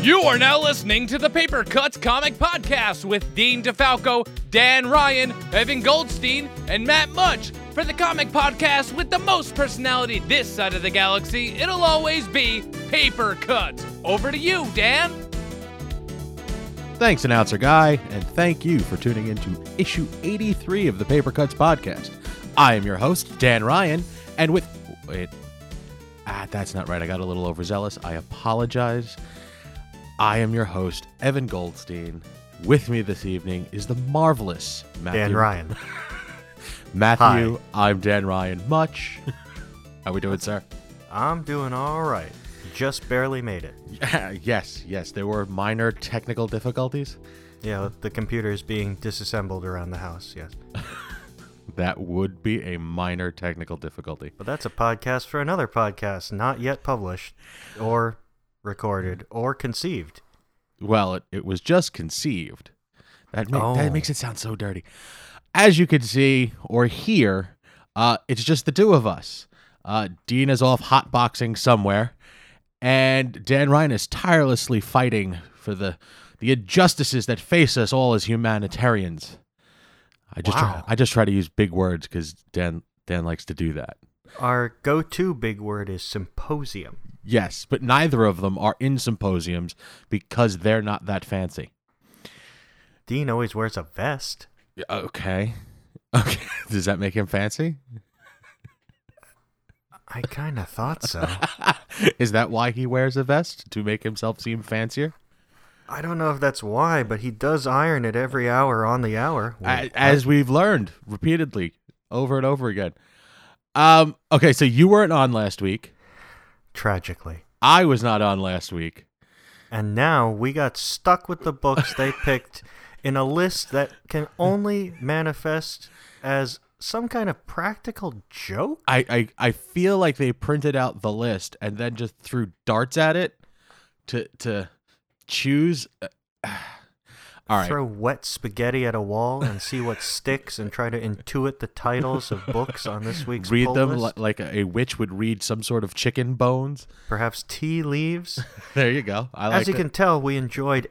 You are now listening to the Paper Cuts Comic Podcast with Dean DeFalco, Dan Ryan, Evan Goldstein, and Matt Munch. For the comic podcast with the most personality this side of the galaxy, it'll always be Paper Cuts. Over to you, Dan. Thanks, announcer guy, and thank you for tuning in to issue 83 of the Paper Cuts podcast. I am your host, Dan Ryan, and with wait, ah, that's not right. I got a little overzealous. I apologize. I am your host, Evan Goldstein. With me this evening is the marvelous Matthew. Dan Ryan. Matthew, I'm Dan Ryan. Much. How we doing, sir? I'm doing all right. Just barely made it. yes, yes. There were minor technical difficulties. Yeah, with the computer's being disassembled around the house, yes. That would be a minor technical difficulty. But that's a podcast for another podcast not yet published or recorded or conceived. Well, it, it was just conceived. That, ma- Oh. that makes it sound so dirty. As you can see or hear, uh, it's just the two of us. Uh, Dean is off hotboxing somewhere, and Dan Ryan is tirelessly fighting for the the injustices that face us all as humanitarians. I just try, Wow. I just try to use big words because Dan Dan likes to do that. Our go to big word is symposium. Yes, but neither of them are in symposiums because they're not that fancy. Dean always wears a vest. Okay. Okay. Does that make him fancy? I kind of thought so. Is that why he wears a vest? To make himself seem fancier? I don't know if that's why, but he does iron it every hour on the hour. A- As we've learned repeatedly over and over again. Um, okay, so you weren't on last week. Tragically. I was not on last week. And now we got stuck with the books they picked in a list that can only manifest as some kind of practical joke. I, I, I feel like they printed out the list and then just threw darts at it to to choose. uh, All right. Throw wet spaghetti at a wall and see what sticks and try to intuit the titles of books on this week's read pull them li- list. like a, a witch would read some sort of chicken bones. Perhaps tea leaves. There you go. I like As you that. can tell, we enjoyed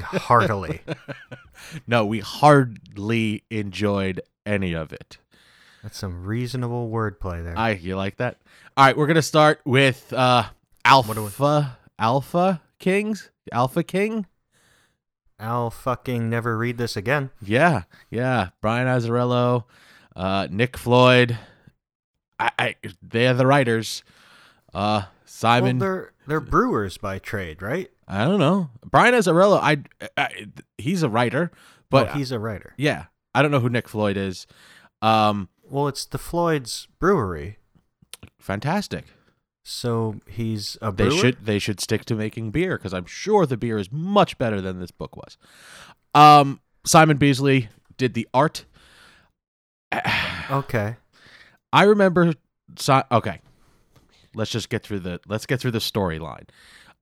heartily. No, we hardly enjoyed any of it. That's some reasonable wordplay there. I you like that? All right, we're gonna start with uh do we- Alpha Alpha Kings? Alpha King? I'll fucking never read this again. Yeah, yeah. Brian Azzarello, uh, Nick Floyd. I, I they're the writers. Uh I Simon they're they're brewers by trade, right? I don't know. Brian Azzarello, I, I he's a writer, but Well, Oh, he's a writer. yeah. I don't know who Nick Floyd is. Um Well, it's the Floyd's brewery, fantastic. so he's a They brewer. should they should stick to making beer because I'm sure the beer is much better than this book was. Um, Simon Beasley did the art. Okay. I remember. Si- okay, let's just get through the let's get through the storyline.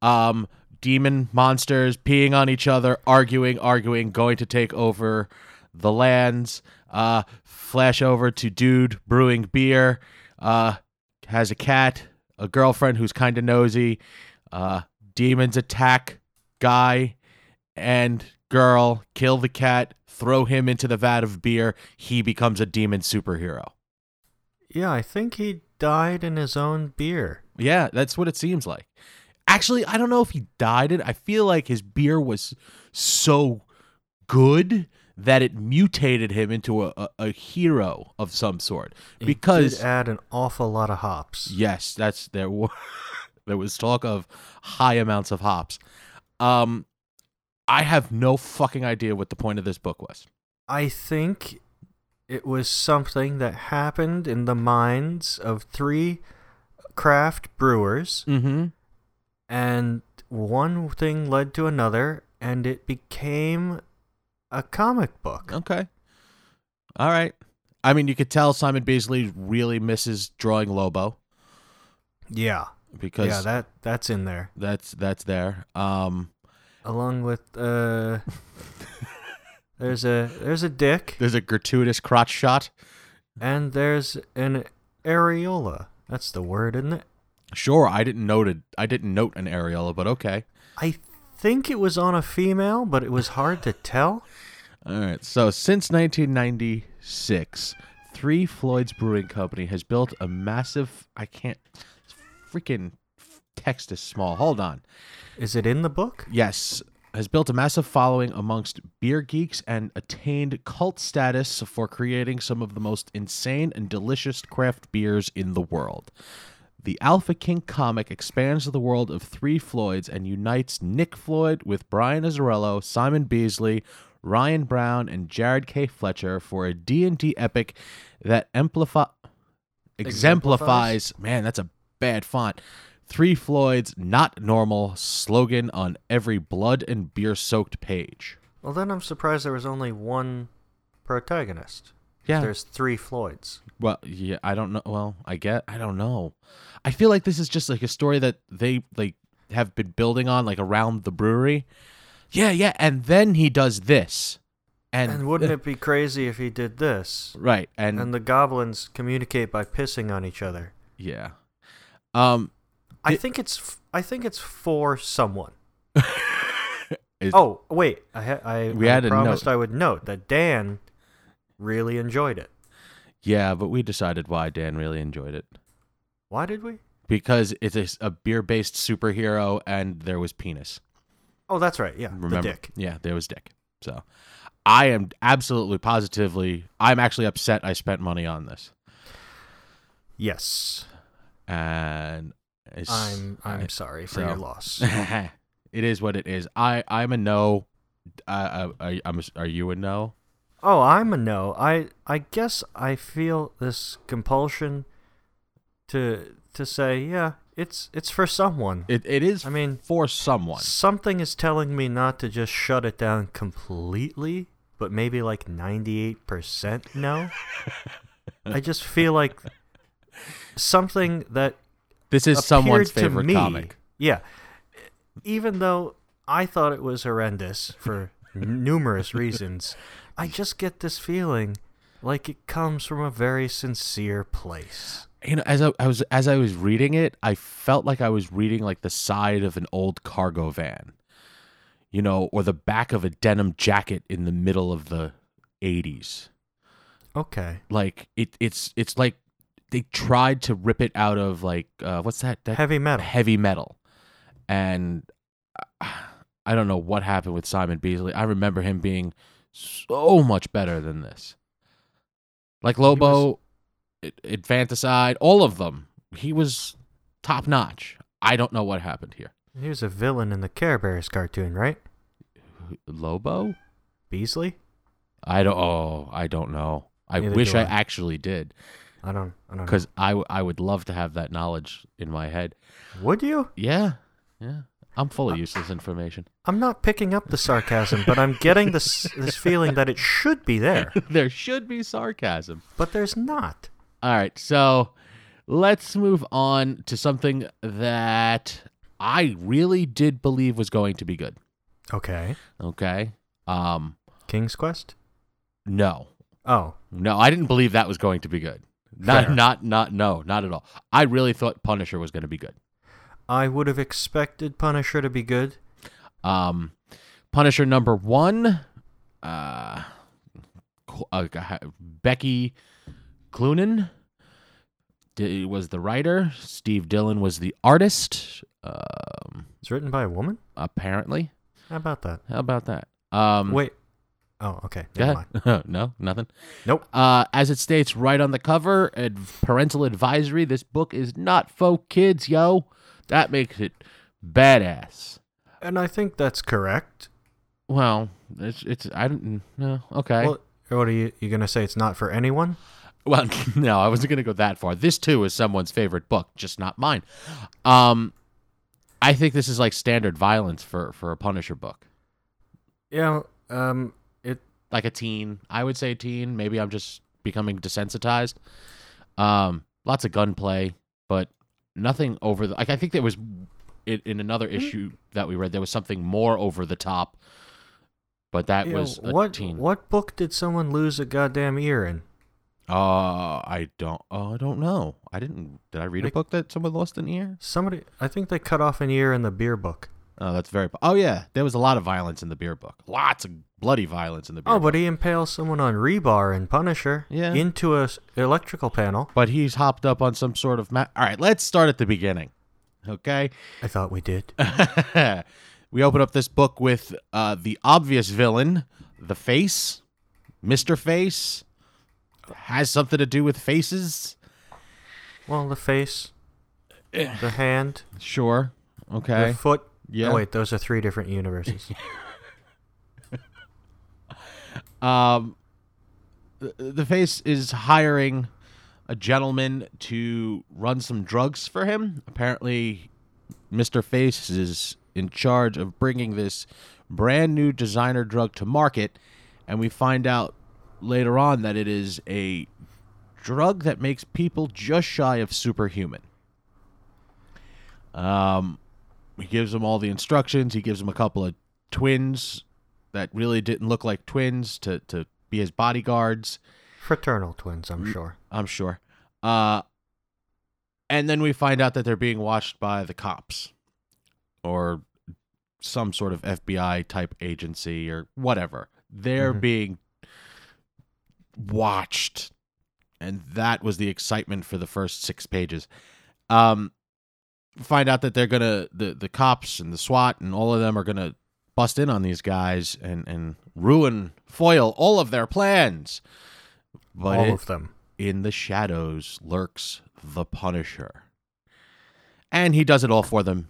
Um, demon monsters peeing on each other, arguing, arguing, going to take over the lands. Uh, flash over to dude brewing beer. Uh, has a cat, a girlfriend who's kind of nosy. Uh, demons attack guy and girl. Kill the cat. Throw him into the vat of beer. He becomes a demon superhero. Yeah, I think he died in his own beer. Yeah, that's what it seems like. Actually, I don't know if he died it. I feel like his beer was so good that it mutated him into a, a, a hero of some sort. He Because did add an awful lot of hops. yes, that's there were there was talk of high amounts of hops. Um I have no fucking idea what the point of this book was. I think it was something that happened in the minds of three craft brewers, Mm-hmm. and one thing led to another, and it became a comic book. Okay. All right. I mean, you could tell Simon Beasley really misses drawing Lobo Yeah, because yeah, that that's in there, That's that's there. Um, along with uh, there's a there's a dick. there's a gratuitous crotch shot. And there's an areola. That's the word, isn't it? Sure, I didn't noted I didn't note an areola, but okay. I think it was on a female, but it was hard to tell. All right. So since 1996, Three Floyd's Brewing Company has built a massive. I can't. Freaking text is small. Hold on. Is it in the book? Yes, has built a massive following amongst beer geeks and attained cult status for creating some of the most insane and delicious craft beers in the world. The Alpha King comic expands the world of Three Floyds and unites Nick Floyd with Brian Azzarello, Simon Beasley, Ryan Brown, and Jared K. Fletcher for a D&D epic that amplifi- exemplifies, man, that's a bad font. Three Floyds, not normal slogan on every blood and beer soaked page. Well, then I'm surprised there was only one protagonist. Yeah. There's three Floyds. Well, yeah, I don't know. Well, I get, I don't know. I feel like this is just like a story that they like have been building on, like around the brewery. Yeah, yeah, and then he does this, and, And, wouldn't it be crazy if he did this? right, and, And the goblins communicate by pissing on each other. yeah, um, I It- think it's f- I think it's for someone. Is- oh wait, I ha- I, We I had a promised note. I would note that Dan really enjoyed it. yeah, but we decided why Dan really enjoyed it Why did we? because it's a, s- a beer-based superhero, and there was penis. Oh, that's right. Yeah, Remember? the dick. Yeah, there was dick. So, I am absolutely positively. I'm actually upset. I spent money on this, Yes, and it's, I'm I'm I- sorry for so- your loss. it is what it is. I I'm a no. Uh, I, I'm. a- Are you a no? oh, I'm a no. I I guess I feel this compulsion to to say yeah, it's it's for someone. It it is. I mean- for someone. Something is telling me not to just shut it down completely, but maybe like 98% no. I just feel like something that This is someone's appeared to favorite me- comic. Yeah. Even though I thought it was horrendous for numerous reasons, I just get this feeling like it comes from a very sincere place. You know, as I, I was as I was reading it, I felt like I was reading like the side of an old cargo van, you know, or the back of a denim jacket in the middle of the '80s. Okay. Like it, it's it's like they tried to rip it out of like uh, what's that? that Heavy metal. heavy metal. And I- I don't know what happened with Simon Beasley. I remember him being so much better than this. Like Lobo, I- Infanticide, all of them. He was top notch. I don't know what happened here. He was a villain in the Care Bears cartoon, right? Lobo? Beasley? I don't. Oh, I don't know. I Neither wish do I I. Uh-huh. actually did, I don't I don't know. because I, w- I would love to have that knowledge in my head. Would you? Yeah, yeah. I'm full of useless information. I'm not picking up the sarcasm, but I'm getting this this feeling that it should be there, there should be sarcasm. but there's not. All right, so let's move on to something that I really did believe was going to be good. Okay. Okay. Um King's Quest? no. Oh, No, I didn't believe that was going to be good. Not Fair. not not no, not at all. I really thought Punisher was going to be good. I would have expected Punisher to be good. Um Punisher number 1 uh, Qu- uh G- Becky Cloonan d- was the writer, Steve Dillon was the artist. Um It's written by a woman? apparently. How about that? How about that? Um, Wait. Oh, okay. go Never ahead. mind. no, nothing. Nope. Uh, as it states right on the cover, ad- parental advisory. This book is not for kids, yo. That makes it badass. And I think that's correct. Well, it's it's I don't no okay. Well, Well, what are you you gonna say? It's not for anyone? no, I wasn't gonna go that far. This too is someone's favorite book, just not mine. Um, I think this is like standard violence for for a Punisher book, Yeah. Um. It. like a teen. I would say teen. Maybe I'm just becoming desensitized. Um, lots of gunplay, but nothing over the. Like I think there was in, in Hmm? another issue that we read there was something more over the top, but that yeah, was a what teen. what book did someone lose a goddamn ear in? Uh, I don't. Oh, I don't know. I didn't. Did I read a Like- book that someone lost an ear? Somebody. I think they cut off an ear in the beer book. Oh, that's very. Oh yeah, there was a lot of violence in the beer book. Lots of bloody violence in the beer. Oh, book. but he impales someone on rebar and Punisher Yeah. into a s- electrical panel. But he's hopped up on some sort of. Ma- All right, let's start at the beginning. Okay. I thought we did. we open up this book with uh, the obvious villain, the face, Mister Face, has something to do with faces. Well, the face, the hand, Sure. the Okay. foot. Eh. Yeah. Oh, wait, those are three different universes. Um, the, the face is hiring a gentleman to run some drugs for him. Apparently, Mr. Face is in charge of bringing this brand new designer drug to market, and we find out later on that it is a drug that makes people just shy of superhuman. Um, he gives him all the instructions. He gives him a couple of twins that really didn't look like twins to to be his bodyguards. Fraternal twins, Mm, I'm sure. I'm sure. Uh, and then we find out that they're being watched by the cops, or some sort of FBI type agency or whatever. They're Mm-hmm. being watched, and that was the excitement for the first six pages. Um, find out that they're gonna the the cops and the SWAT and all of them are gonna bust in on these guys and and ruin foil all of their plans. But All it- of them. in the shadows lurks the Punisher. And he does it all for them.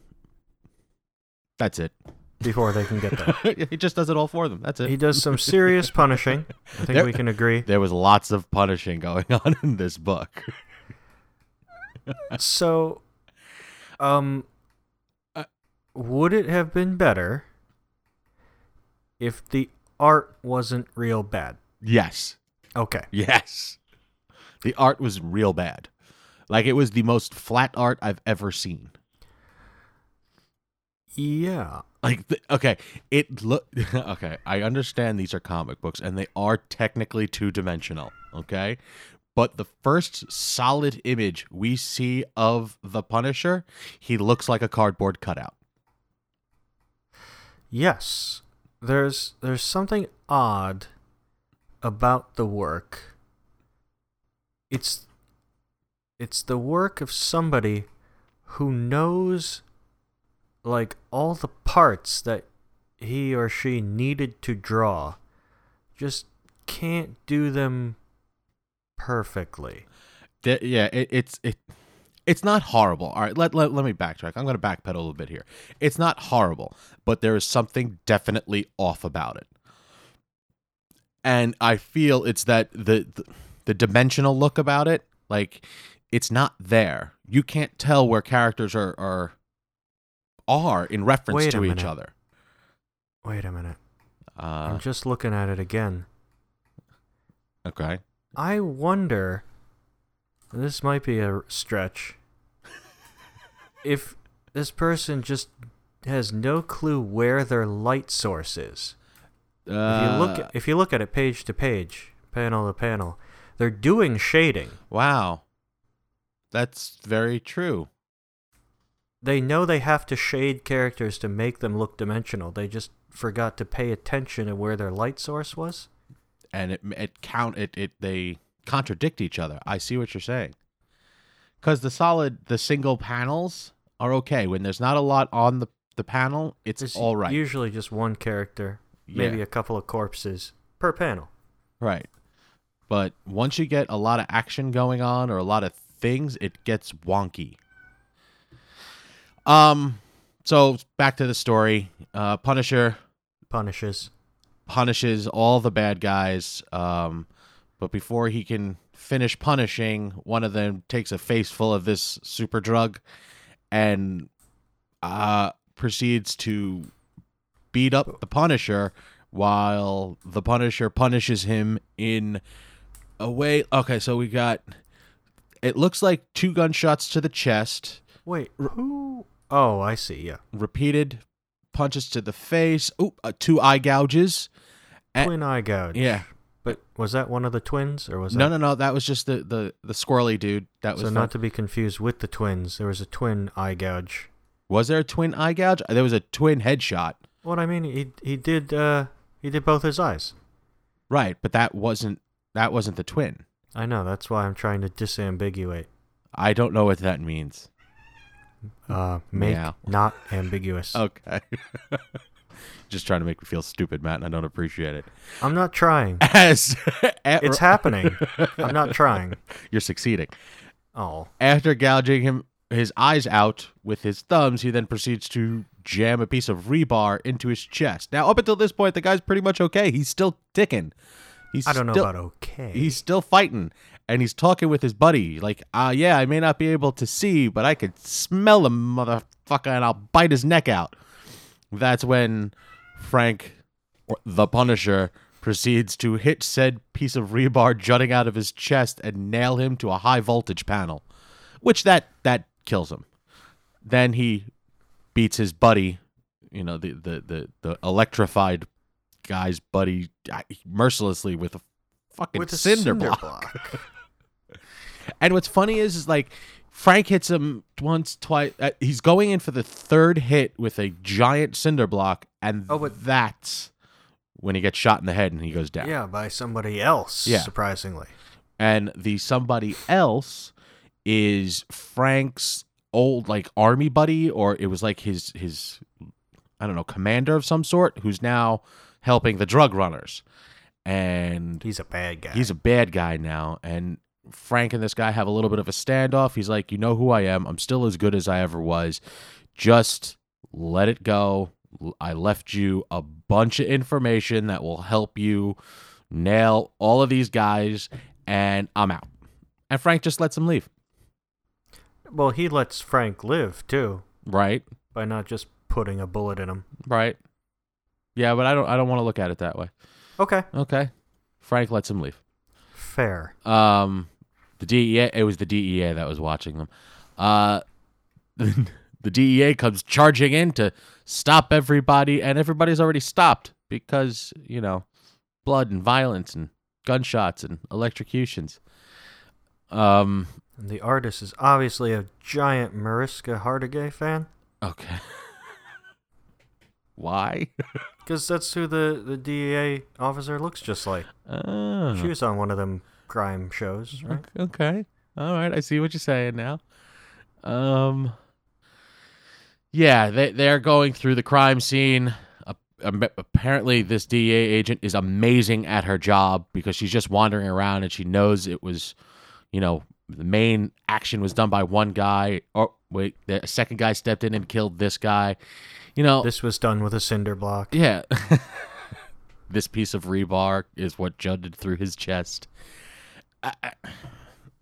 That's it. Before they can get there. he just does it all for them. That's it. He does some serious punishing. I think There- we can agree. there was lots of punishing going on in this book. So, um, Uh. would it have been better if the art wasn't real bad? Yes. Okay. Yes. The art was real bad. Like it was the most flat art I've ever seen. Yeah. Like the, okay, it look okay. I understand these are comic books and they are technically two dimensional. Okay, but the first solid image we see of the Punisher, he looks like a cardboard cutout. Yes. There's there's something odd about the work. It's it's the work of somebody who knows like all the parts that he or she needed to draw just can't do them perfectly. Th- yeah, it, it's it. It's not horrible. All right, let, let, let me backtrack. I'm going to backpedal a little bit here. It's not horrible, but there is something definitely off about it. And I feel it's that the the, the dimensional look about it, like it's not there. You can't tell where characters are are are in reference Wait a to each minute. other. Wait a minute. Uh, I'm just looking at it again. okay. I wonder. This might be a stretch. if this person just has no clue where their light source is. If you look, Uh, if you look at it page to page, panel to panel, they're doing shading. wow, that's very true. They know they have to shade characters to make them look dimensional. They just forgot to pay attention to where their light source was. and it it count it it they contradict each other. I see what you're saying. Cuz the solid the single panels are okay when there's not a lot on the the panel, it's There's all right. Usually just one character, maybe Yeah. a couple of corpses per panel. right. But once you get a lot of action going on or a lot of things, it gets wonky. Um so back to the story. Uh Punisher Punishes. punishes all the bad guys. Um, but before he can finish punishing, one of them takes a face full of this super drug and uh, proceeds to beat up the Punisher while the Punisher punishes him in a way. Okay, so we got. It looks like two gunshots to the chest, Wait, who? Oh, I see. Yeah, repeated punches to the face, ooh, uh, two eye gouges. Eh. twin eye gouge. Yeah. but was that one of the twins, or was no, that? no, no. That was just the the the squirrely dude. That was so fun. not to be confused with the twins. There was a twin eye gouge. Was there a twin eye gouge? There was a twin headshot. What I mean, he he did uh he did both his eyes. Right, but that wasn't that wasn't the twin. I know. That's why I'm trying to disambiguate. I don't know what that means. Uh, make Yeah. Oh. not ambiguous. Okay. Just trying to make me feel stupid, Matt, and I don't appreciate it. I'm not trying. As It's happening. I'm not trying. you're succeeding. Oh, After gouging him his eyes out with his thumbs, he then proceeds to jam a piece of rebar into his chest. Now, up until this point, the guy's pretty much okay. He's still ticking. He's I don't know still, about okay. He's still fighting, and he's talking with his buddy. Like, uh, yeah, I may not be able to see, but I can smell him, motherfucker, and I'll bite his neck out. That's when Frank, or the Punisher, proceeds to hit said piece of rebar jutting out of his chest and nail him to a high voltage panel, which that that kills him. Then he beats his buddy, you know, the the the, the electrified guy's buddy uh, mercilessly with a fucking with a cinder, block. And what's funny is, is like Frank hits him once, twice. Uh, he's going in for the third hit with a giant cinder block, and Oh, but- that's when he gets shot in the head and he goes down. Yeah, by somebody else. Yeah. Surprisingly. And the somebody else is Frank's old like army buddy, or it was like his his I don't know commander of some sort, who's now helping the drug runners. And He's a bad guy. he's a bad guy now and frank and this guy have a little bit of a standoff he's like you know who i am i'm still as good as i ever was just let it go L- i left you a bunch of information that will help you nail all of these guys and i'm out and frank just lets him leave well, he lets Frank live too right by not just putting a bullet in him. right yeah but i don't i don't want to look at it that way Okay. okay frank lets him leave Fair. Um, the DEA. It was the DEA that was watching them. Uh, the DEA comes charging in to stop everybody, and everybody's already stopped because you know, blood and violence and gunshots and electrocutions. Um. And the artist is obviously a giant Mariska Hargitay fan Okay. Why? because that's who the, the DEA officer looks just like. Oh. She was on one of them crime shows, right? Ok- Okay. All right. I see what you're saying now. Um. Yeah, they they're going through the crime scene. A- am- Apparently, this DA agent is amazing at her job because she's just wandering around and she knows it was, you know, the main action was done by one guy. Or wait, the second guy stepped in and killed this guy. You know, This was done with a cinder block. yeah. this piece of rebar is what jutted through his chest. I- I-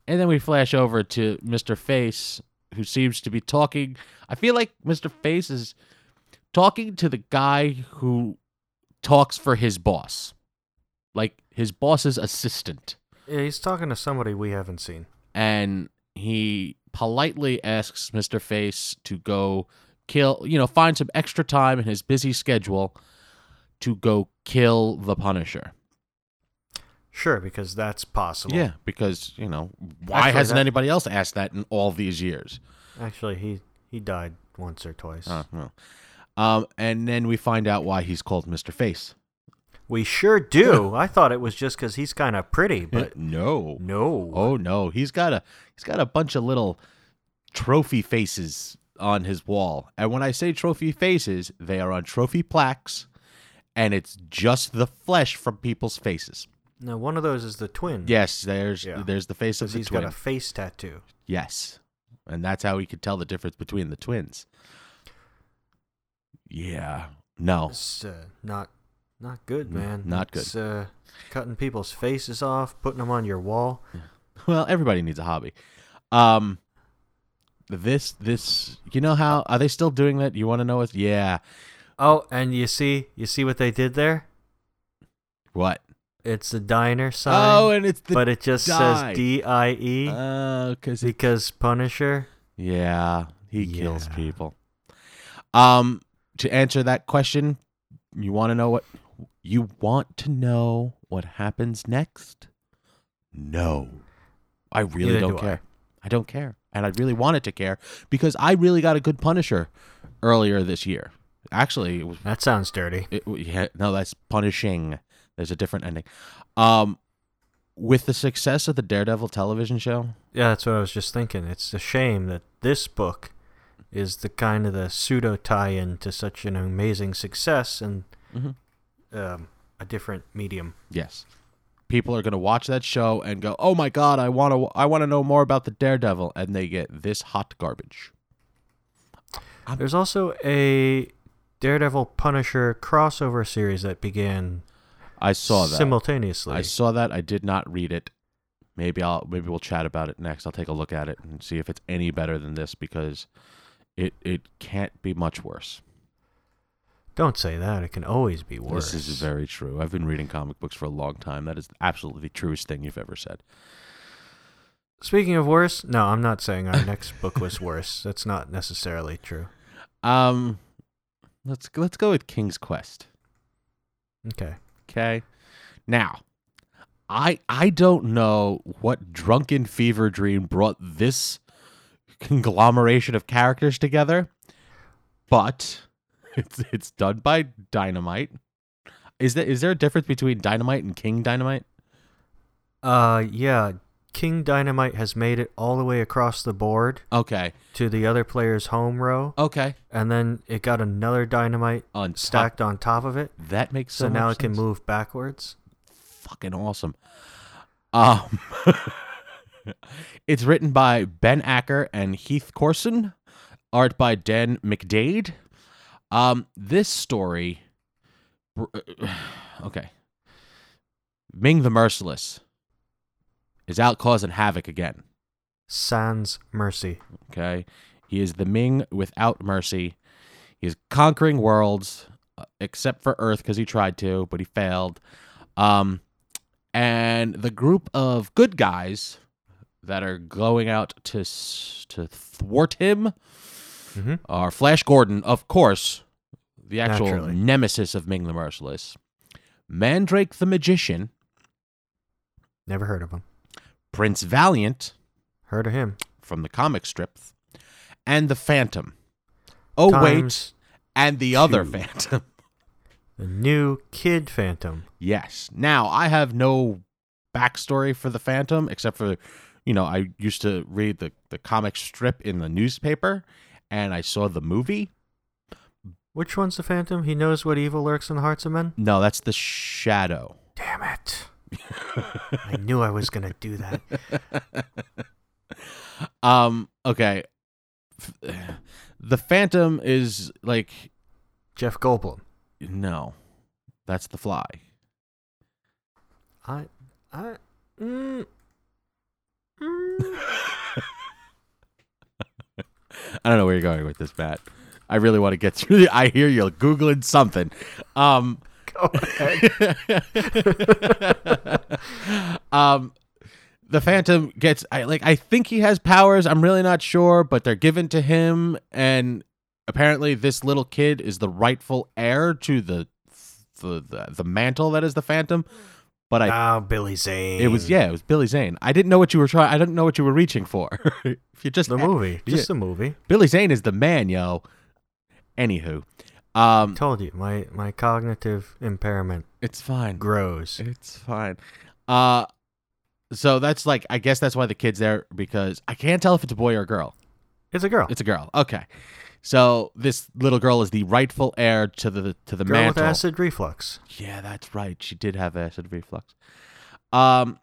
And then we flash over to Mr. Face, who seems to be talking. I feel like Mr. Face is talking to the guy who talks for his boss, like his boss's assistant. Yeah, he's talking to somebody we haven't seen. And he politely asks Mr. Face to go kill, you know, find some extra time in his busy schedule to go kill the Punisher. Sure, because that's possible. Yeah, because you know why Actually, hasn't that- anybody else asked that in all these years? Actually, he he died once or twice. Uh, well. Um, and then we find out why he's called Mister Face. We sure do. I thought it was just because he's kind of pretty, but no, no. oh no, he's got a he's got a bunch of little trophy faces on his wall. And when I say trophy faces, they are on trophy plaques, and it's just the flesh from people's faces. Now one of those is the twin. Yes, there's Mm-hmm. Yeah. there's the face of because the he's twin. got a face tattoo. Yes. And that's how he could tell the difference between the twins. Yeah. No. It's uh, not not good, man. not good. It's, uh, cutting people's faces off, putting them on your wall. Mm. Well, everybody needs a hobby. Um this this you know how are they still doing that? You want to know what? Yeah. Oh, and you see, you see what they did there? What? It's the diner sign, oh, and it's the but it just die. says D I E Oh, cuz he because Punisher. Yeah, he kills Yeah. people. Um to answer that question, you want to know what you want to know what happens next? No. I really Neither don't do I. care. I. don't care. And I really wanted to care because I really got a good punisher earlier this year. Actually, it was That sounds dirty. it, yeah, no, that's punishing. There's a different ending. Um, with the success of the Daredevil television show, Yeah, that's what I was just thinking. It's a shame that this book is the kind of the pseudo tie-in to such an amazing success and Mm-hmm. um, a different medium. yes, people are gonna watch that show and go, "Oh my god, I want to, I want to know more about the Daredevil," and they get this hot garbage. There's also a Daredevil Punisher crossover series that began I saw that. simultaneously. I saw that. I did not read it. Maybe I'll maybe we'll chat about it next. I'll take a look at it and see if it's any better than this because it it can't be much worse. Don't say that. It can always be worse. This is very true. I've been reading comic books for a long time. That is absolutely the truest thing you've ever said. Speaking of worse, no, I'm not saying our next book was worse. That's not necessarily true. Um, let's let's go with King's Quest. Okay. Okay, now, I I don't know what drunken fever dream brought this conglomeration of characters together, but it's it's done by Dynamite. Is there is there a difference between Dynamite and King Dynamite? Uh, yeah. King Dynamite has made it all the way across the board Okay, to the other player's home row, okay, and then it got another Dynamite On top- stacked on top of it. that makes So, so now much it can sense. move backwards. fucking awesome. Um, it's written by Ben Acker and Heath Corson, art by Dan McDade. Um, this story, uh, okay, Ming the Merciless is out causing havoc again. Sans mercy. Okay. He is the Ming without mercy. He is conquering worlds, uh, except for Earth because he tried to, but he failed. Um, and the group of good guys that are going out to s- to thwart him Mhm. are Flash Gordon, of course, the actual Naturally. nemesis of Ming the Merciless, Mandrake the Magician, Never heard of him. Prince Valiant Heard of him. from the comic strip, and the Phantom. Oh wait, Times and the other two. phantom. The new Kid Phantom. yes. Now I have no backstory for the phantom except for, you know, I used to read the the comic strip in the newspaper, and I saw the movie. Which one's the Phantom? He knows what evil lurks in the hearts of men? No, that's the shadow. Damn it. I knew I was going to do that. Um. Okay. F- The phantom is like Jeff Goldblum. no, that's the fly. I. I. Mm, mm. I don't know where you're going with this, Matt. I really want to get through. The, I hear you're googling something. Um. Go ahead. um the phantom gets I like I think he has powers, I'm really not sure, but they're given to him and apparently this little kid is the rightful heir to the the the, the mantle that is the phantom. But I Ah, Billy Zane. it was yeah, it was Billy Zane. I didn't know what you were trying I didn't know what you were reaching for. if you just The movie. Just the movie. Billy Zane is the man, yo. Anywho, um Told you, my, my cognitive impairment it's fine. grows. It's fine. Uh so that's like I guess that's why the kid's there because I can't tell if it's a boy or a girl. It's a girl. It's a girl. Okay. So this little girl is the rightful heir to the to the girl mantle. with acid reflux. Yeah, that's right. She did have acid reflux. Um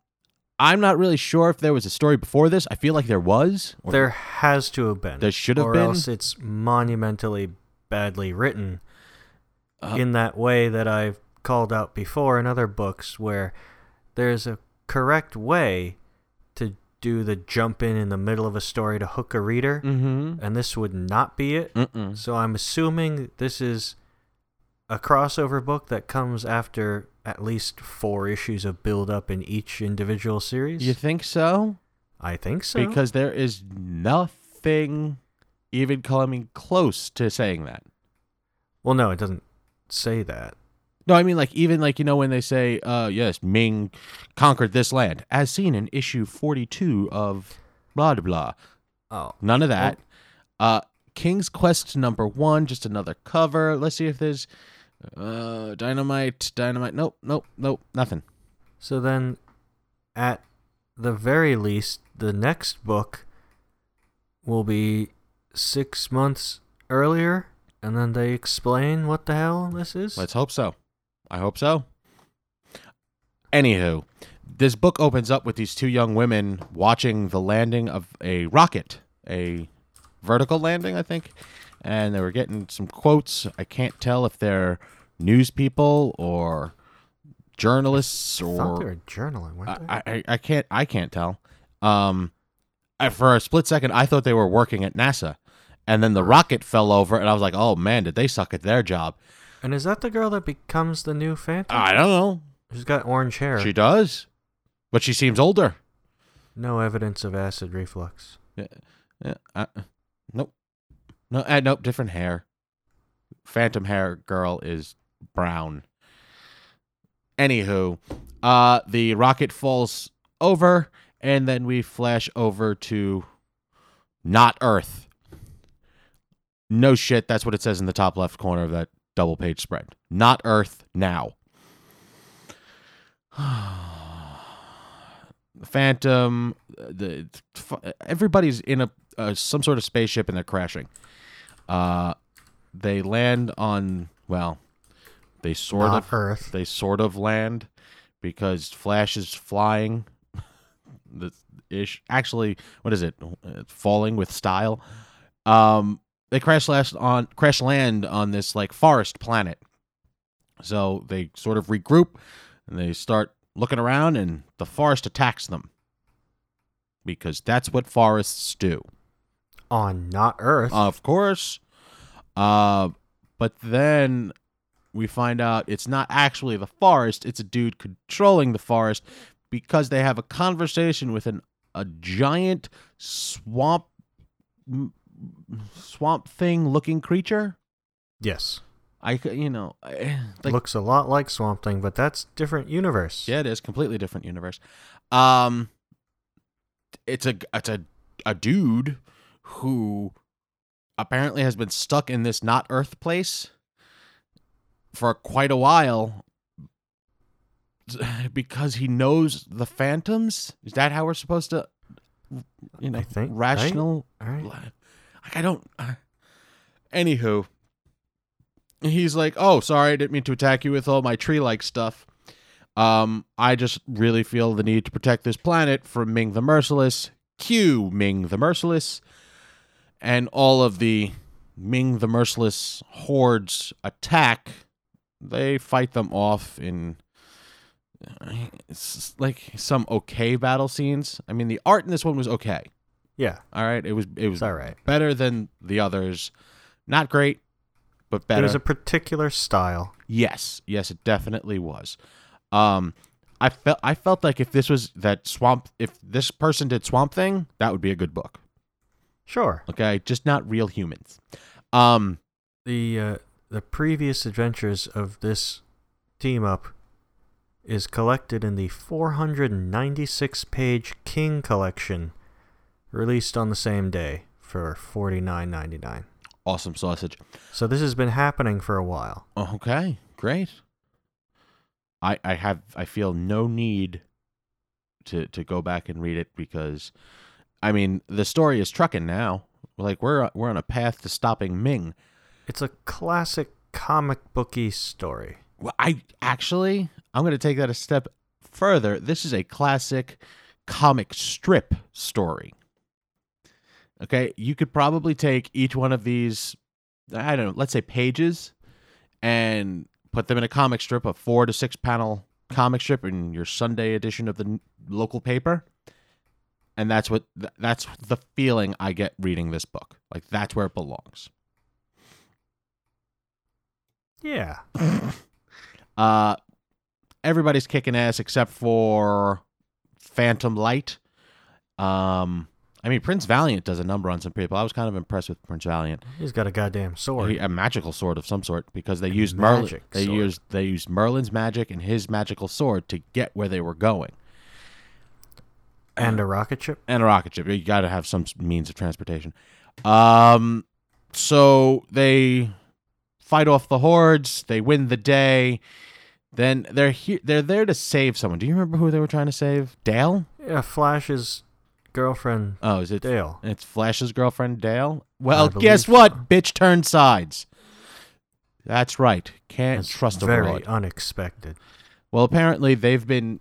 I'm not really sure if there was a story before this. I feel like there was. Or- There has to have been. There should have or been. else it's monumentally badly written Uh, in that way that I've called out before in other books where there's a correct way to do the jump in in the middle of a story to hook a reader, mm-hmm. and this would not be it. Mm-mm. So I'm assuming this is a crossover book that comes after at least four issues of build up in each individual series. You think so? I think so. Because there is nothing even coming close to saying that. well, no, it doesn't say that. No, I mean like even like you know when they say, uh, "Yes, Ming conquered this land," as seen in issue forty-two of blah blah blah. Oh, None of that. Uh, King's Quest number one, just another cover. Let's see if there's uh, dynamite, dynamite. Nope, nope, nope, nothing. So then, at the very least, the next book will be six months earlier, and then they explain what the hell this is. Let's hope so. I hope so. Anywho, this book opens up with these two young women watching the landing of a rocket, a vertical landing, I think. And they were getting some quotes. I can't tell if they're news people or journalists I thought they or were journaling, weren't they? I, I, I can't I can't tell. Um, I, for a split second, I thought they were working at NASA, and then the rocket fell over, and I was like, "Oh man, did they suck at their job?" and is that the girl that becomes the new Phantom? I don't know. She's got orange hair. She does, but she seems older. No evidence of acid reflux. Yeah, yeah, I, nope, no, uh, nope, different hair. Phantom hair girl is brown. Anywho, uh, the rocket falls over, and then we flash over to not Earth. No shit, that's what it says in the top left corner of that double page spread. Not Earth now. Phantom, the everybody's in a uh, some sort of spaceship and they're crashing. Uh, they land on well, they sort Not of Earth. they sort of land because Flash is flying. The ish, actually, what is it? Uh, Falling with style. Um, they crash last on crash land on this like forest planet. So they sort of regroup and they start looking around, and the forest attacks them because that's what forests do. On not Earth. Of course. Uh, but then we find out it's not actually the forest, it's a dude controlling the forest because they have a conversation with an a giant swamp m- swamp thing looking creature. yes. I c- you know, I- like Looks a lot like Swamp Thing, but that's different universe. yeah, it is completely different universe. Um it's a it's a a dude who apparently has been stuck in this not Earth place for quite a while because he knows the phantoms. Is that how we're supposed to, you know, I think- right? rational? All right. Like I don't. I- anywho, he's like, "Oh, sorry, I didn't mean to attack you with all my tree-like stuff. Um, I just really feel the need to protect this planet from Ming the Merciless. Q Ming the Merciless, and all of the Ming the Merciless hordes attack. They fight them off in." It's just like some okay battle scenes. I mean, the art in this one was okay. Yeah. All right, it was it was It's all right. better than the others. Not great, but better. There's a particular style. yes, yes, it definitely was. Um, I felt I felt like if this was that swamp, if this person did Swamp Thing, that would be a good book. Sure. Okay, just not real humans. Um, The uh, the previous adventures of this team up is collected in the 496 page King collection, released on the same day for 49.99. awesome sausage. So this has been happening for a while. Okay, great. I I have I feel no need to to go back and read it because I mean the story is trucking now. Like we're we're on a path to stopping Ming. It's a classic comic booky story. Well, I actually I'm gonna take that a step further. This is a classic comic strip story. Okay, you could probably take each one of these, I don't know, let's say pages, and put them in a comic strip, a four to six panel comic strip in your Sunday edition of the n- local paper. And that's what th- that's the feeling I get reading this book. Like that's where it belongs. Yeah. Uh, everybody's kicking ass except for Phantom Light. Um, I mean, Prince Valiant does a number on some people. I was kind of impressed with Prince Valiant, He's got a goddamn sword. He- a magical sword of some sort, because they A used Merlin. magic They sword. used they used Merlin's magic and his magical sword to get where they were going, and a rocket ship. and a rocket ship. You got to have some s- means of transportation. Um, so they fight off the hordes. They win the day. Then they're here. They're there to save someone. Do you remember who they were trying to save? Dale? Yeah, Flash's Uh, girlfriend Oh, is it Dale. It's Flash's girlfriend, Dale. Well, believe guess so. what? Bitch turned sides. That's right. Can't That's trust a very broad. unexpected. Well, apparently they've been.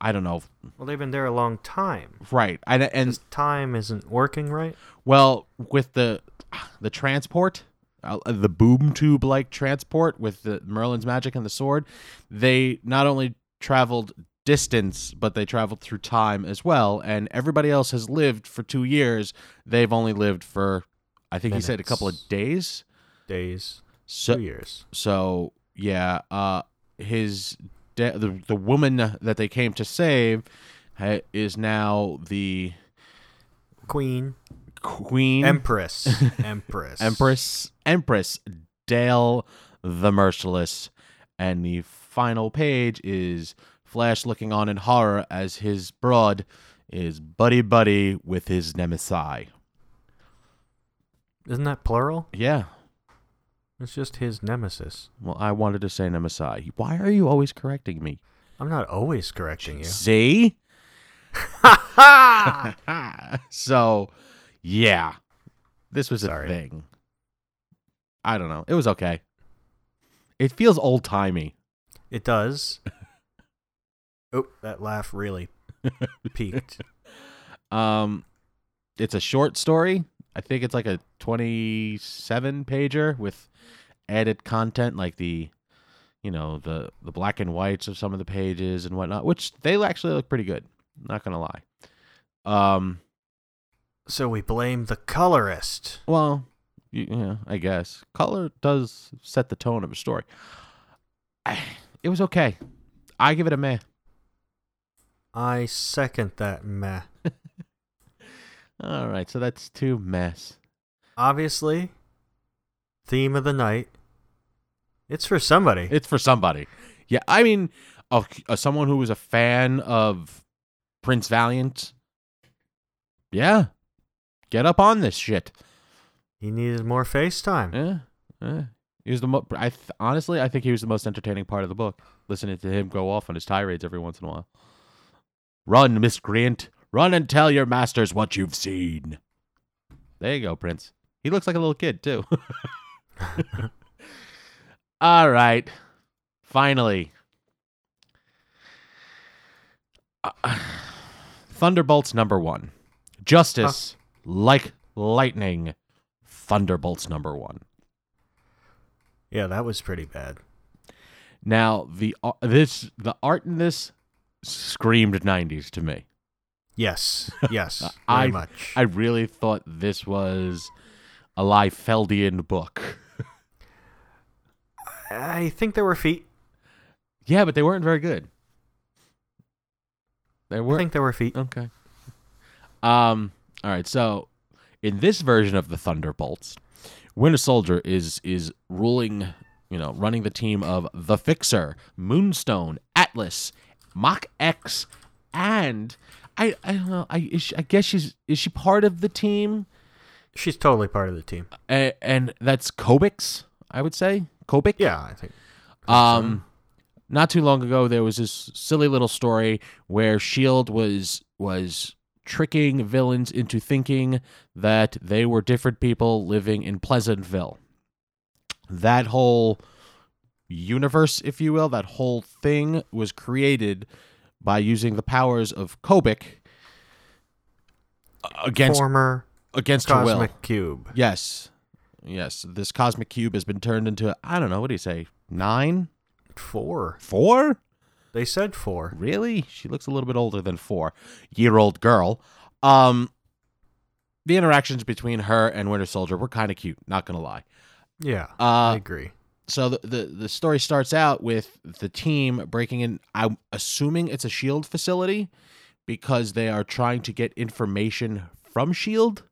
I don't know. Well, they've been there a long time. Right. And, and This time isn't working right. well, with the the transport, uh, the boom tube like transport with the Merlin's magic and the sword, they not only traveled distance, but they traveled through time as well. And everybody else has lived for two years. They've only lived for, I think he said, a couple of Minutes. days. Days, So two years. So yeah, uh, his de- the the woman that they came to save ha- is now the Queen, queen Empress, Empress, empress empress Dale the merciless, and the final page is Flash looking on in horror as his broad is buddy buddy with his nemesis. Isn't that plural? Yeah. It's just his nemesis. Well, I wanted to say nemesis. Why are you always correcting me? I'm not always correcting you. See? so, yeah, this was Sorry. a thing. I don't know. It was okay. It feels old timey. It does. oh, that laugh really peaked. Um, it's a short story. I think it's like a twenty-seven pager with added content, like the, you know, the the black and whites of some of the pages and whatnot, which they actually look pretty good. Not gonna lie. Um, So we blame the colorist. Well, y- yeah, I guess color does set the tone of a story. I- It was okay. I give it a meh. I second that meh. All right, so that's two mess. Obviously, theme of the night. It's for somebody. It's for somebody. Yeah, I mean, of uh, someone who was a fan of Prince Valiant. Yeah, get up on this shit. he needed more FaceTime. Yeah, yeah. He was the mo- I th- honestly, I think he was the most entertaining part of the book. Listening to him go off on his tirades every once in a while. Run, Miss Grant. Run and tell your masters what you've seen. There you go, Prince. He looks like a little kid too. All right. Finally. Uh, Thunderbolts number 1. Justice like lightning. Thunderbolts number 1. Yeah, that was pretty bad. Now the ar- this the art in this screamed '90s to me. Yes, yes, very I- much. I really thought this was a Liefeldian book. I think there were feet. Yeah, but they weren't very good. They I were think there were feet. okay. Um. All right. So in this version of the Thunderbolts, Winter Soldier is is ruling. You know, running the team of the Fixer, Moonstone, Atlas, Mach X, and I I don't know. I is she, I guess she's is she part of the team? She's totally part of the team. And, and that's Kobix, I would say. Kobik. Yeah, I think. Um, not too long ago, there was this silly little story where Shield E was was tricking villains into thinking that they were different people living in Pleasantville. That whole universe, if you will, that whole thing was created by using the powers of Kobik against Former against her will. Cosmic Cube. Yes. Yes. This cosmic cube has been turned into, I don't know, what do you say? Nine? Four. Four? They said four. Really? She looks a little bit older than four year old girl. Um, the interactions between her and Winter Soldier were kind of cute, not going to lie. Yeah, I Uh, agree. so the, the the story starts out with the team breaking in. I'm assuming it's a Shield E facility because they are trying to get information from Shield.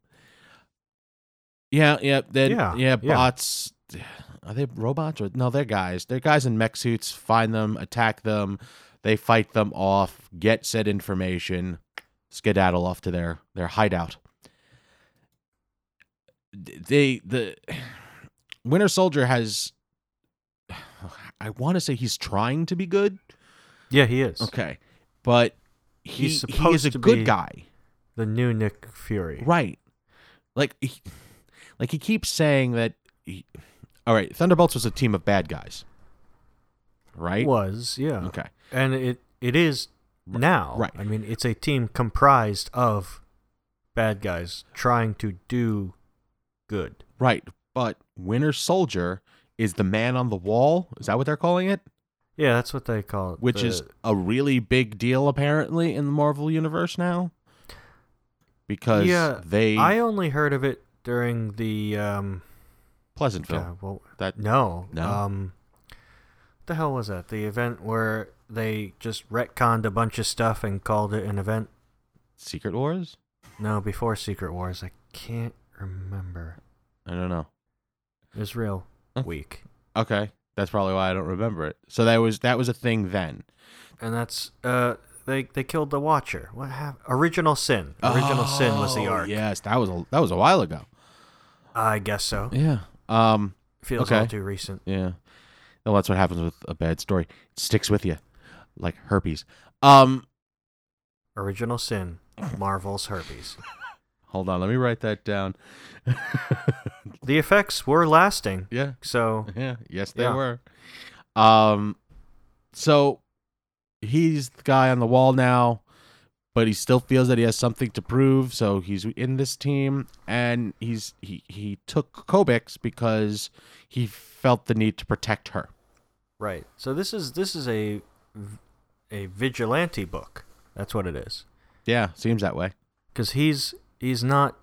E Yeah, yeah, then Yeah, yeah, yeah. bots. Are they robots or no? They're guys. They're guys in mech suits. Find them, attack them. They fight them off. Get said information. Skedaddle off to their their hideout. they the Winter Soldier has I want to say he's trying to be good. Yeah, he is Okay. But he, He's he is supposed a to good be- guy. the new Nick Fury. Right. Like he, like he keeps saying that he, All right, Thunderbolts was a team of bad guys. Right? Was yeah. Okay. and it it is now. right. I mean, it's a team comprised of bad guys trying to do good. Right. But Winter Soldier is the man on the wall. Is that what they're calling it? Yeah, that's what they call it. Which the- is a really big deal apparently in the Marvel universe now. Because yeah. they I only heard of it during the um. Pleasantville. God, well, That no, No? Um, what the hell was that? The event where they just retconned a bunch of stuff and called it an event. Secret Wars? No, before Secret Wars, I can't remember. I don't know. It was real Huh. weak. Okay, that's probably why I don't remember it. So that was that was a thing then. and that's uh they they killed the Watcher. What happened? Original Sin. Original Sin was the Oh, arc. Yes, that was a, that was a while ago. I guess so. Yeah. Um. Feels Okay. all too recent. Yeah. Well, that's what happens with a bad story. It sticks with you, like herpes. Um. Original Sin. Marvel's herpes. Hold on, let me write that down. The effects were lasting. Yeah. So Yeah. Yes, they Yeah. were. Um. So he's the guy on the wall now, but he still feels that he has something to prove. So he's in this team, and he's he he took Kobix because he felt the need to protect her. right. So this is this is a v- a vigilante book. That's what it is. Yeah, seems that way. Cuz he's he's not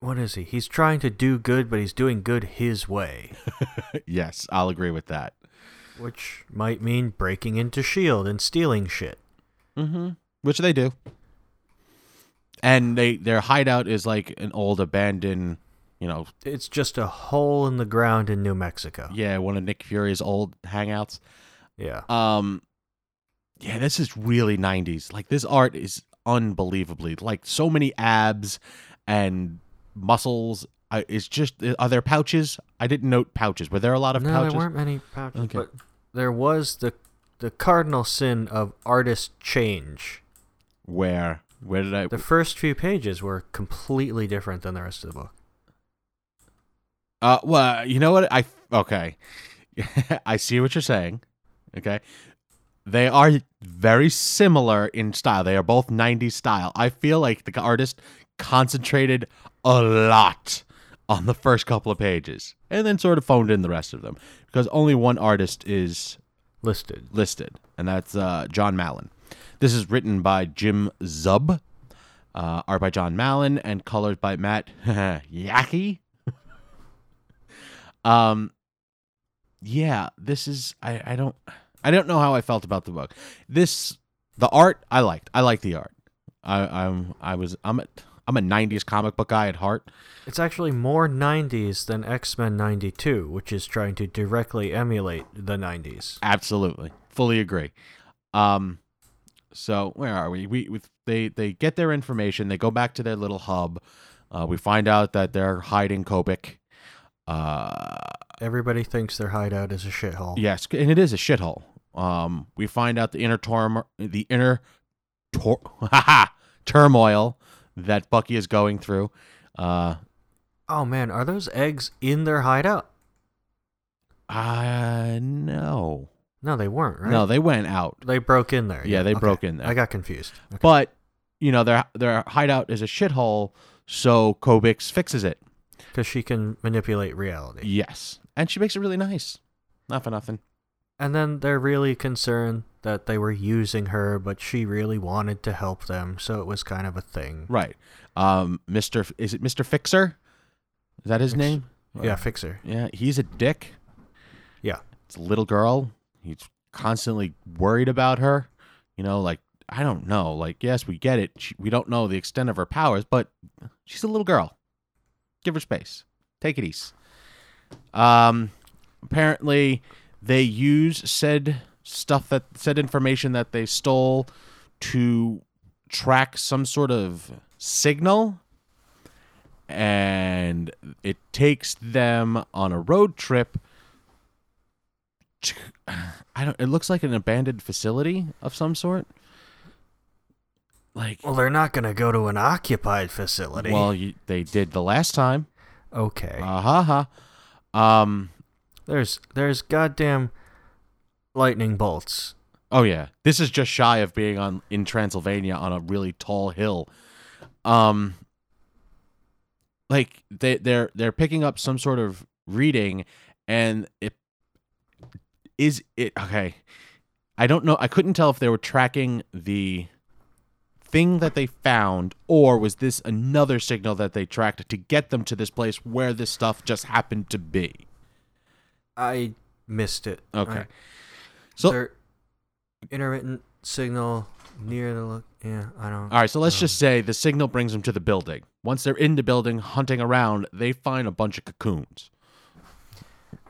what is he? He's trying to do good, but he's doing good his way, Uh, yes, I'll agree with that. which might mean breaking into shield E and stealing shit. Mm-hmm. Which they do. And they their hideout is like an old abandoned, you know, It's just a hole in the ground in New Mexico. yeah, one of Nick Fury's old hangouts. Yeah. Um, yeah, this is really '90s. Like this art is unbelievably like so many abs and muscles. I, it's just are there pouches? I didn't note pouches. Were there a lot of no, pouches? there weren't many pouches, Okay. but there was the the cardinal sin of artist change. Where? Where did I? The first few pages were completely different than the rest of the book. Uh, well, you know what? I okay. I see what you're saying. Okay. They are very similar in style. They are both 90s style. I feel like the artist concentrated a lot on the first couple of pages and then sort of phoned in the rest of them because only one artist is Listed. listed, and that's uh, John Mallon. This is written by Jim Zub, uh, art by John Mallon, and colors by Matt Yackey. um, yeah, this is I, I don't I don't know how I felt about the book. This the art I liked. I liked the art. I, I'm I was I'm a I'm a '90s comic book guy at heart. It's actually more 90s than X-Men 92, which is trying to directly emulate the 90s. Absolutely, fully agree. Um, so where are we? We with they they get their information. They go back to their little hub. Uh, we find out that they're hiding Kobik. Uh, Everybody thinks their hideout is a shithole. yes, and it is a shithole. Um, we find out the inner turm- the inner tor- turmoil that Bucky is going through. Uh, Oh man, are those eggs in their hideout? uh no, No, they weren't, right? no, they went out. They broke in there. Yeah, they okay. broke in there. I got confused. Okay. But you know their their hideout is a shithole, so Kobix fixes it. because she can manipulate reality. Yes, and she makes it really nice. Not for nothing. And then they're really concerned that they were using her, but she really wanted to help them, so it was kind of a thing. Right, um, Mister. F- Is it Mister Fixer? Is that his Fix- name? Yeah, fix her. Yeah, he's a dick. Yeah, It's a little girl. He's constantly worried about her. You know, like I don't know. Like yes, we get it. She, we don't know the extent of her powers, but she's a little girl. Give her space. Take it easy. Um, apparently they use said stuff that said information that they stole to track some sort of signal and it takes them on a road trip. To, I don't. It looks like an abandoned facility of some sort. Like, Well, they're not going to go to an occupied facility. well, you, they did the last time. okay. Uh huh. Um. there's there's goddamn lightning bolts. Oh yeah, this is just shy of being on in Transylvania on a really tall hill. Um, like they they're they're picking up some sort of reading, and it is it okay. I don't know. I couldn't tell if they were tracking the thing that they found, or was this another signal that they tracked to get them to this place where this stuff just happened to be? I missed it. Okay. I- So They're intermittent signal near the look. Yeah, I don't. All right, so let's just say the signal brings them to the building. Once they're in the building, hunting around, they find a bunch of cocoons.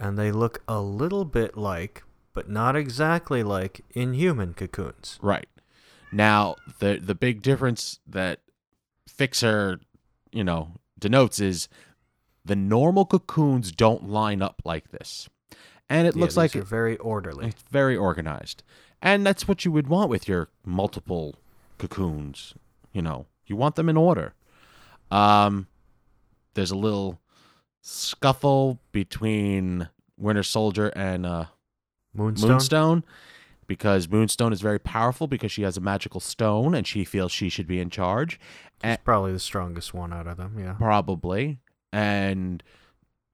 And they look a little bit like, but not exactly like, inhuman cocoons. Right. Now, the the big difference that Fixer, you know, denotes is the normal cocoons don't line up like this. And it Yeah, looks these like are very orderly. it's very organized. And that's what you would want with your multiple cocoons, you know. You want them in order. Um there's a little scuffle between Winter Soldier and uh Moonstone. Moonstone because Moonstone is very powerful because she has a magical stone and she feels she should be in charge. She's probably the strongest one out of them. Yeah. Probably. And,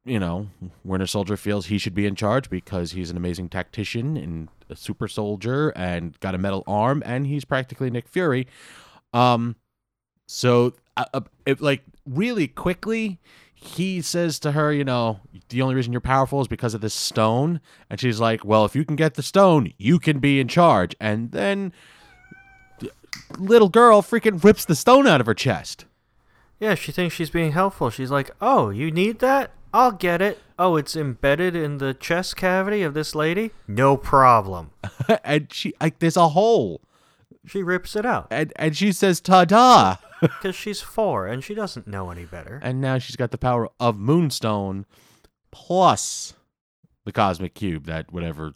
you know, Winter Soldier feels he should be in charge because he's an amazing tactician and a super soldier and got a metal arm and he's practically Nick Fury. Um, so, uh, uh, it, like, really quickly, he says to her, you know, the only reason you're powerful is because of this stone. And she's like, well, if you can get the stone, you can be in charge. And then th- little girl freaking rips the stone out of her chest. Yeah, she thinks she's being helpful. She's like, "Oh, you need that? I'll get it. Oh, it's embedded in the chest cavity of this lady. No problem." and she like there's a hole She rips it out and and she says ta-da because she's four and she doesn't know any better. and now she's got the power of moonstone plus the cosmic cube that whatever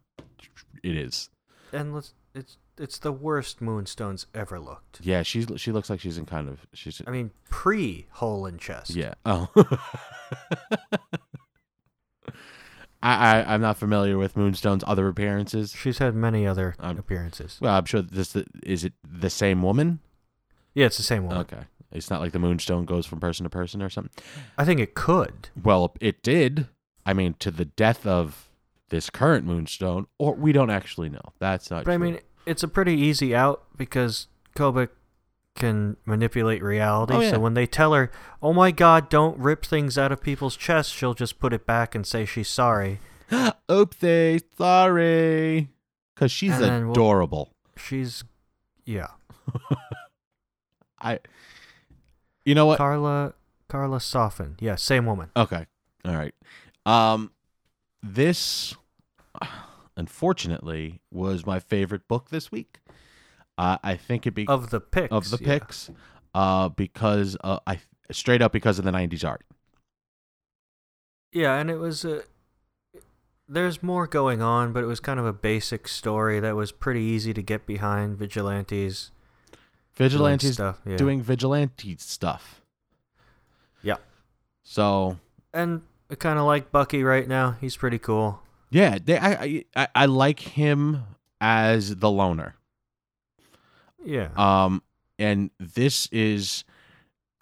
it is And let's, it's it's the worst moonstones ever looked. yeah she's she looks like she's in kind of she's I mean, pre hole in chest. yeah oh I, I i'm not familiar with moonstone's other appearances She's had many other Um, appearances. well i'm sure this is it the same woman Yeah, it's the same one. okay it's not like the moonstone goes from person to person or something I think it could. Well, it did. I mean, to the death of this current moonstone, or we don't actually know. That's not. But I true. mean, it's a pretty easy out because Koba can manipulate reality. Oh, yeah. So when they tell her, "Oh my God, don't rip things out of people's chests," she'll just put it back and say she's sorry. oopsie, sorry, because she's And then we'll- adorable. She's, yeah, I. You know what? Carla Carla Soffin. Yeah, same woman. Okay. All right. Um, this, unfortunately, was my favorite book this week. Uh, I think it be Of the picks. of the yeah. picks, uh, because uh, I straight up because of the '90s art. Yeah, and it was a. There's more going on, but it was kind of a basic story that was pretty easy to get behind. Vigilantes. Vigilantes stuff, yeah. doing vigilante stuff. Yeah. So And I kind of like Bucky right now. He's pretty cool. yeah, they, I, I- I I like him as the loner. Yeah. Um, and this is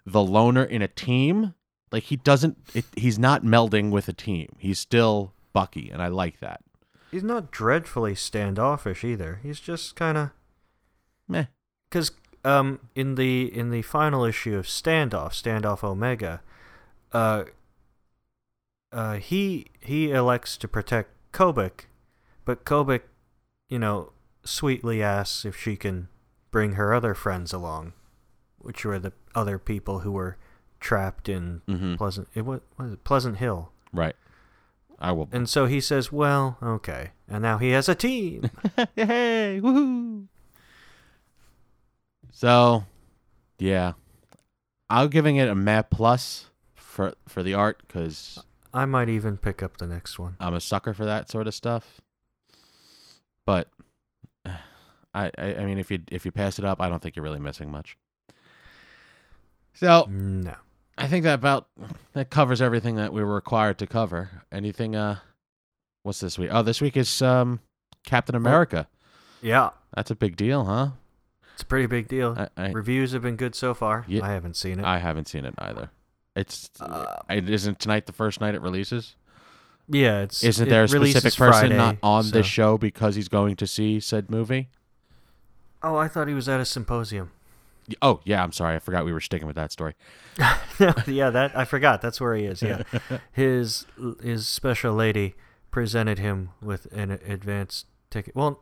the loner in a team. Like he doesn't, it, he's not melding with a team. He's still Bucky, and I like that. He's not dreadfully standoffish either. He's just kind of Meh. because um in the in the final issue of Standoff, Standoff Omega, uh, uh he he elects to protect Kobik, but Kobik, you know, sweetly asks if she can bring her other friends along, which were the other people who were trapped in Mm-hmm. Pleasant. It was, was it Pleasant Hill. Right. I will. And so he says, "Well, okay." And now he has a team. Yay! Woohoo! So, yeah, I'm giving it a meh plus for for the art because I might even pick up the next one. I'm a sucker for that sort of stuff. But I, I I mean if you if you pass it up, I don't think you're really missing much. So No. I think that about that covers everything that we were required to cover. Anything uh what's this week? Oh, this week is um Captain Oh. America. Yeah, That's a big deal, huh? it's a pretty big deal. I I, Reviews have been good so far. Yeah. I haven't seen it. I haven't seen it either. It's Uh, it isn't tonight the first night it releases. yeah, it's Isn't it there a specific releases person not Friday, on so- this show because he's going to see said movie? Oh, I thought he was at a symposium. Y- Oh yeah, I'm sorry, I forgot we were sticking with that story. yeah, that I forgot. That's where he is. Yeah, his his special lady presented him with an advance ticket. Well,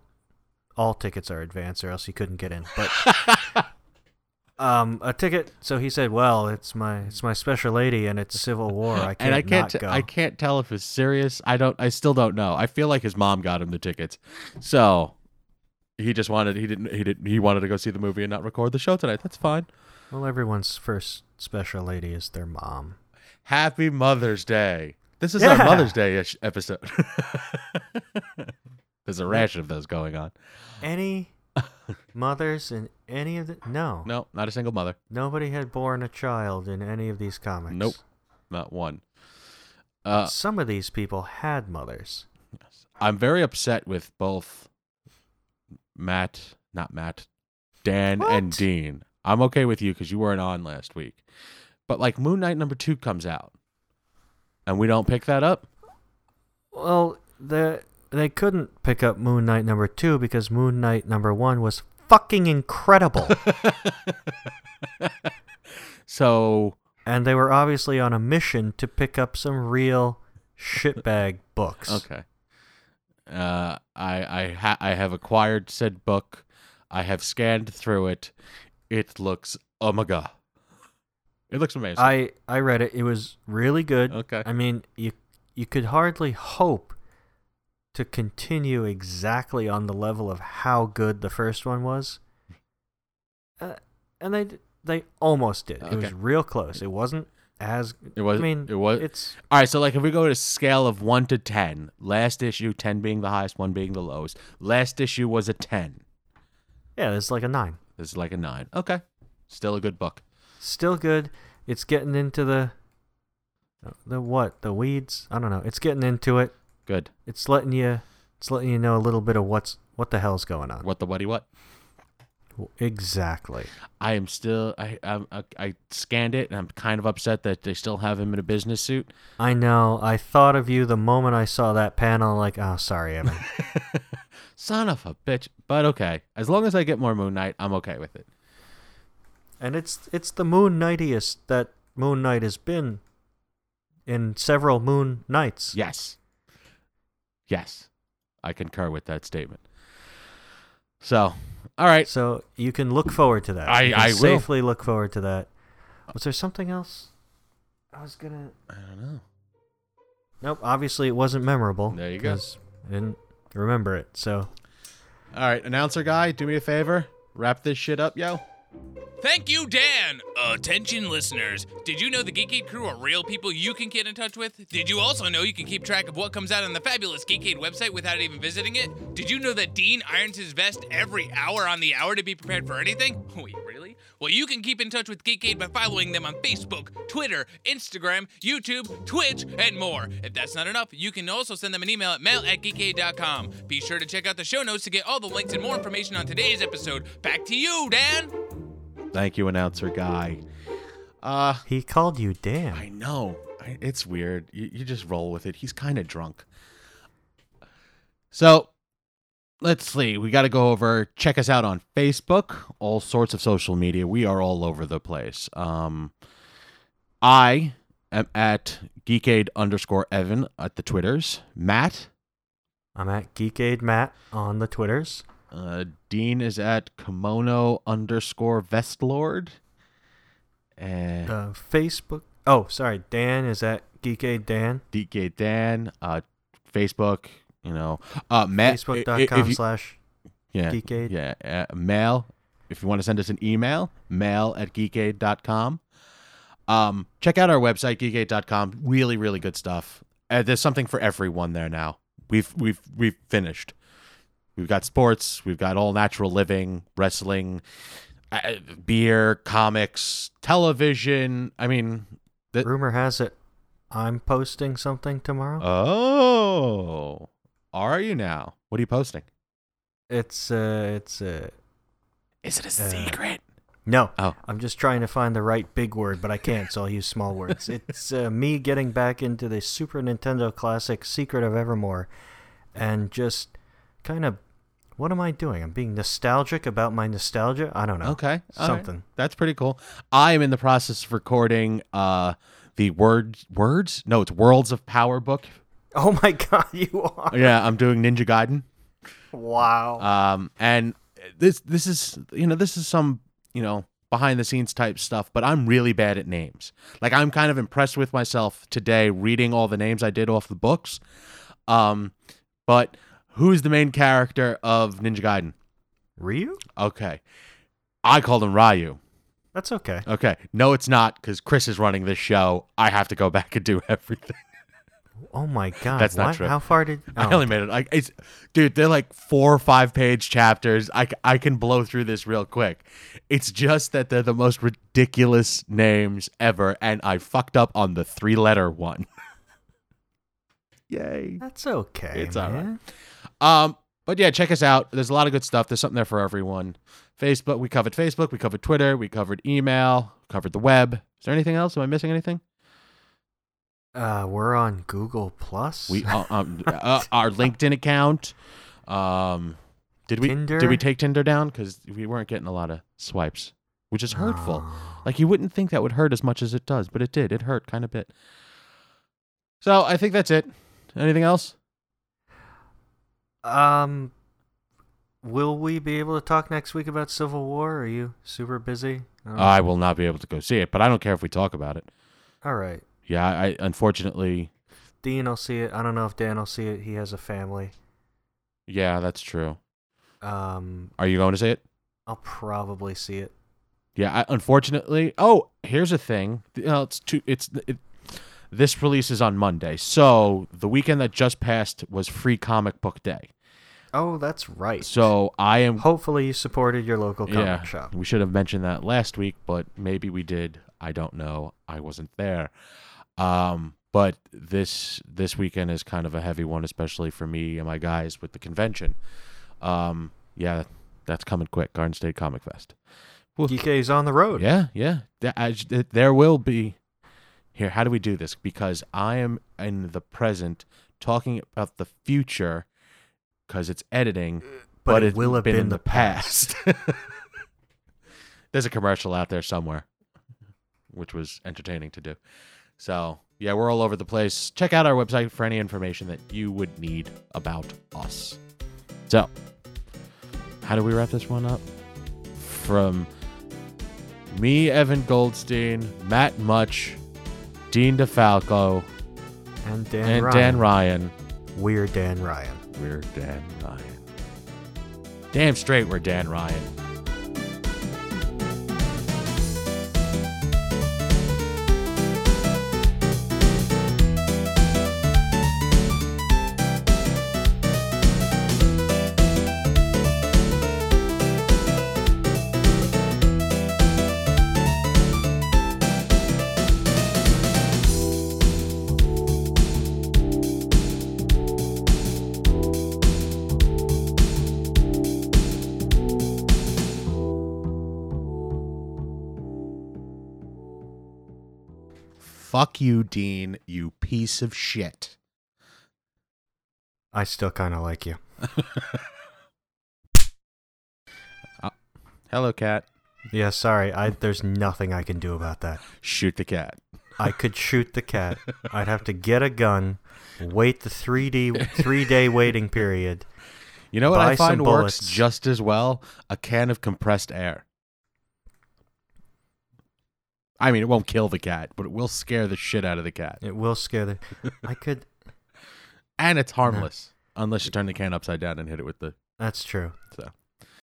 all tickets are advance, or else he couldn't get in. But um, a ticket. So he said, "Well, it's my it's my special lady, and it's Civil War. I can't and I can't not t- go." I can't tell if it's serious. I don't. I still don't know. I feel like his mom got him the tickets, so he just wanted he didn't he didn't he wanted to go see the movie and not record the show tonight. That's fine. Well, everyone's first special lady is their mom. Happy Mother's Day. This is Yeah. our Mother's Day ish episode. There's a rash of those going on. Any mothers in any of the no, No, not a single mother. nobody had born a child in any of these comics. Nope. Not one. Uh, Some of these people had mothers. I'm very upset with both Matt, not Matt, Dan, and What? Dean. I'm okay with you because you weren't on last week. But like Moon Knight number two comes out, and we don't pick that up. Well, the they couldn't pick up Moon Knight number two because Moon Knight number one was fucking incredible, So and they were obviously on a mission to pick up some real shitbag books. okay, uh, I I ha- I have acquired said book. I have scanned through it. It looks oh my god, it looks amazing. I I read it. It was really good. Okay. I mean, you you could hardly hope to continue exactly on the level of how good the first one was. Uh, and they d- they almost did. It was Okay. real close. It wasn't as It was- I mean, it was- It's All right, so like if we go to scale of one to ten, last issue ten being the highest, one being the lowest. Last issue was a ten. yeah. It's like a nine. This is like a nine. Okay, still a good book. Still good. It's getting into the the what the weeds. I don't know. It's getting into it. Good. It's letting you. It's letting you know a little bit of what's what the hell's going on. What the whatty what? W- Exactly. I am still. I I'm, I I scanned it, and I'm kind of upset that they still have him in a business suit. I know. I thought of you the moment I saw that panel. Like, oh, sorry, Evan. Son of a bitch. But okay, as long as I get more Moon Knight, I'm okay with it. and it's it's the Moon Knightiest that Moon Knight has been in several Moon Knights. Yes. Yes, I concur with that statement. So, all right. So you can look forward to that. I- You can I will. safely look forward to that. Was there something else? I was gonna. I don't know. Nope. Obviously, it wasn't memorable. There you go. 'cause I didn't remember it. So All right, announcer guy, do me a favor. Wrap this shit up, yo. Thank you, Dan! Attention, listeners. Did you know the Geek Aid crew are real people you can get in touch with? Did you also know you can keep track of what comes out on the fabulous Geek Aid website without even visiting it? Did you know that Dean irons his vest every hour on the hour to be prepared for anything? Wait, really? Well, you can keep in touch with Geek Aid by following them on Facebook, Twitter, Instagram, YouTube, Twitch, and more. If that's not enough, you can also send them an email at mail at geekaid.com. Be sure to check out the show notes to get all the links and more information on today's episode. Back to you, Dan! Thank you, announcer guy. Uh, he called you Dan. I know. I, it's weird. You, you just roll with it. He's kind of drunk. So, let's see. We got to go over. Check us out on Facebook, all sorts of social media. We are all over the place. Um, I am at geekade underscore Evan at the Twitters. Matt I'm at Geekade Matt on the Twitters. Uh, Dean is at kimono underscore vestlord. And uh, Facebook. Oh, sorry, Dan is at Geekade Dan. DK Dan, uh, Facebook, you know, uh, Matt. Facebook.com slash. yeah, Geekade. Yeah, uh, mail. If you want to send us an email, mail at geekade.com. Um, check out our website, geekgate.com. Really, really good stuff. Uh, there's something for everyone there now. We've we've we've finished. We've got sports. We've got all natural living, wrestling, uh, beer, comics, television. I mean, th- Rumor has it I'm posting something tomorrow. oh, are you now? What are you posting? it's uh it's uh Is it a Uh, secret? no. Oh. I'm just trying to find the right big word, but I can't, so I'll use small words. It's uh, me getting back into the Super Nintendo classic Secret of Evermore and just kind of what am I doing? I'm being nostalgic about my nostalgia. I don't know. Okay. all right. Something. That's pretty cool. I am in the process of recording uh the words words? No, it's Worlds of Power book. Oh my god, you are. Yeah, I'm doing Ninja Gaiden. Wow. Um and this this is you know, this is some, you know, behind the scenes type stuff, but I'm really bad at names. Like I'm kind of impressed with myself today reading all the names I did off the books. Um but who's the main character of Ninja Gaiden? Ryu? Okay. I called him Ryu. That's okay. Okay. No, it's not because Chris is running this show. I have to go back and do everything. Oh my god. That's not what? true. How far did oh, I only made it. Like, it's, dude, they're like four or five page chapters. I, c- I can blow through this real quick. It's just that they're the most ridiculous names ever, and I fucked up on the three letter one. Yay. That's okay. It's all man. right. Um, but yeah, check us out. There's a lot of good stuff. There's something there for everyone. Facebook, we covered Facebook, we covered Twitter, we covered email, covered the web. Is there anything else? Am I missing anything? Uh, we're on Google Plus. We uh, um, uh, our LinkedIn account. Um, did we did Tinder? we take Tinder down because we weren't getting a lot of swipes, which is hurtful. Oh. Like you wouldn't think that would hurt as much as it does, but it did. It hurt kind of bit. So I think that's it. Anything else? Um, will we be able to talk next week about Civil War? Are you super busy? Um, I will not be able to go see it, but I don't care if we talk about it. all right. Yeah, I, I unfortunately, Dean will see it. I don't know if Dan will see it. He has a family. yeah, that's true. Um, Are you going to see it? I'll probably see it. Yeah, I, unfortunately. Oh, here's a thing. Th- No, it's two. It's it, this releases on Monday, so the weekend that just passed was Free Comic Book Day. Oh, that's right. So I am. hopefully you supported your local comic yeah, shop. we should have mentioned that last week, but maybe we did. I don't know. I wasn't there. Um, but this this weekend is kind of a heavy one, especially for me and my guys with the convention. Um, yeah, that's coming quick. Garden State Comic Fest. Woof. DK's on the road. Yeah, yeah. Th- I j- th- There will be. Here, how do we do this? Because I am in the present talking about the future because it's editing, but, it, it's will have been, in the past. There's a commercial out there somewhere, which was entertaining to do. So, yeah, we're all over the place. Check out our website for any information that you would need about us. So, how do we wrap this one up? From me, Evan Goldstein, Matt Much, Dean DeFalco, And Dan and Ryan. Dan Ryan. We're Dan Ryan. We're Dan Ryan. Damn straight, we're Dan Ryan. Fuck you, Dean, you piece of shit. I still kind of like you. Hello, cat. Yeah, sorry. I there's nothing I can do about that. Shoot the cat. I could shoot the cat. I'd have to get a gun, wait the three D three day waiting period. You know what I Buy some find works bullets. just as well? A can of compressed air. I mean, it won't kill the cat, but it will scare the shit out of the cat. It will scare the. I could. And it's harmless, unless you turn the can upside down and hit it with the. That's true. So.